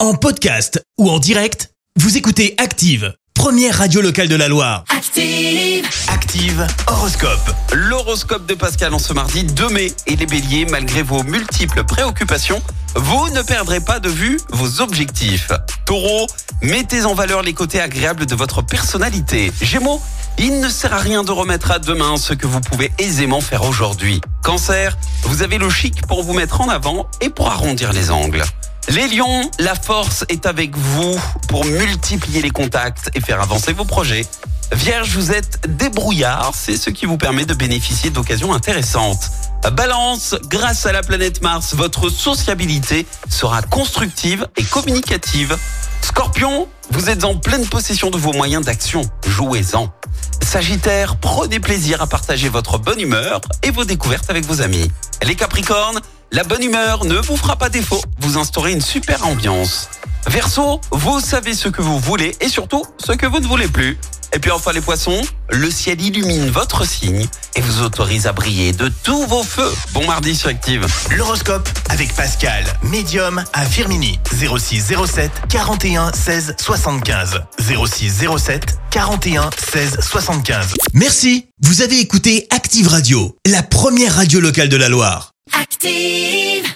En podcast ou en direct, vous écoutez Active, première radio locale de la Loire. Active. Active Horoscope. L'horoscope de Pascal en ce mardi 2 mai. Et les béliers, malgré vos multiples préoccupations, vous ne perdrez pas de vue vos objectifs. Taureau, mettez en valeur les côtés agréables de votre personnalité. Gémeaux, il ne sert à rien de remettre à demain ce que vous pouvez aisément faire aujourd'hui. Cancer, vous avez le chic pour vous mettre en avant et pour arrondir les angles. Les lions, la force est avec vous pour multiplier les contacts et faire avancer vos projets. Vierge, vous êtes débrouillard, c'est ce qui vous permet de bénéficier d'occasions intéressantes. Balance, grâce à la planète Mars, votre sociabilité sera constructive et communicative. Scorpion, vous êtes en pleine possession de vos moyens d'action, jouez-en. Sagittaire, prenez plaisir à partager votre bonne humeur et vos découvertes avec vos amis. Les Capricornes, la bonne humeur ne vous fera pas défaut, vous instaurez une super ambiance. Verseau, vous savez ce que vous voulez et surtout ce que vous ne voulez plus. Et puis enfin les poissons, le ciel illumine votre signe et vous autorise à briller de tous vos feux. Bon mardi sur Active. L'horoscope avec Pascal, médium à Firmini. 06 07 41 16 75. 06 07 41 16 75. Merci, vous avez écouté Active Radio, la première radio locale de la Loire. Active.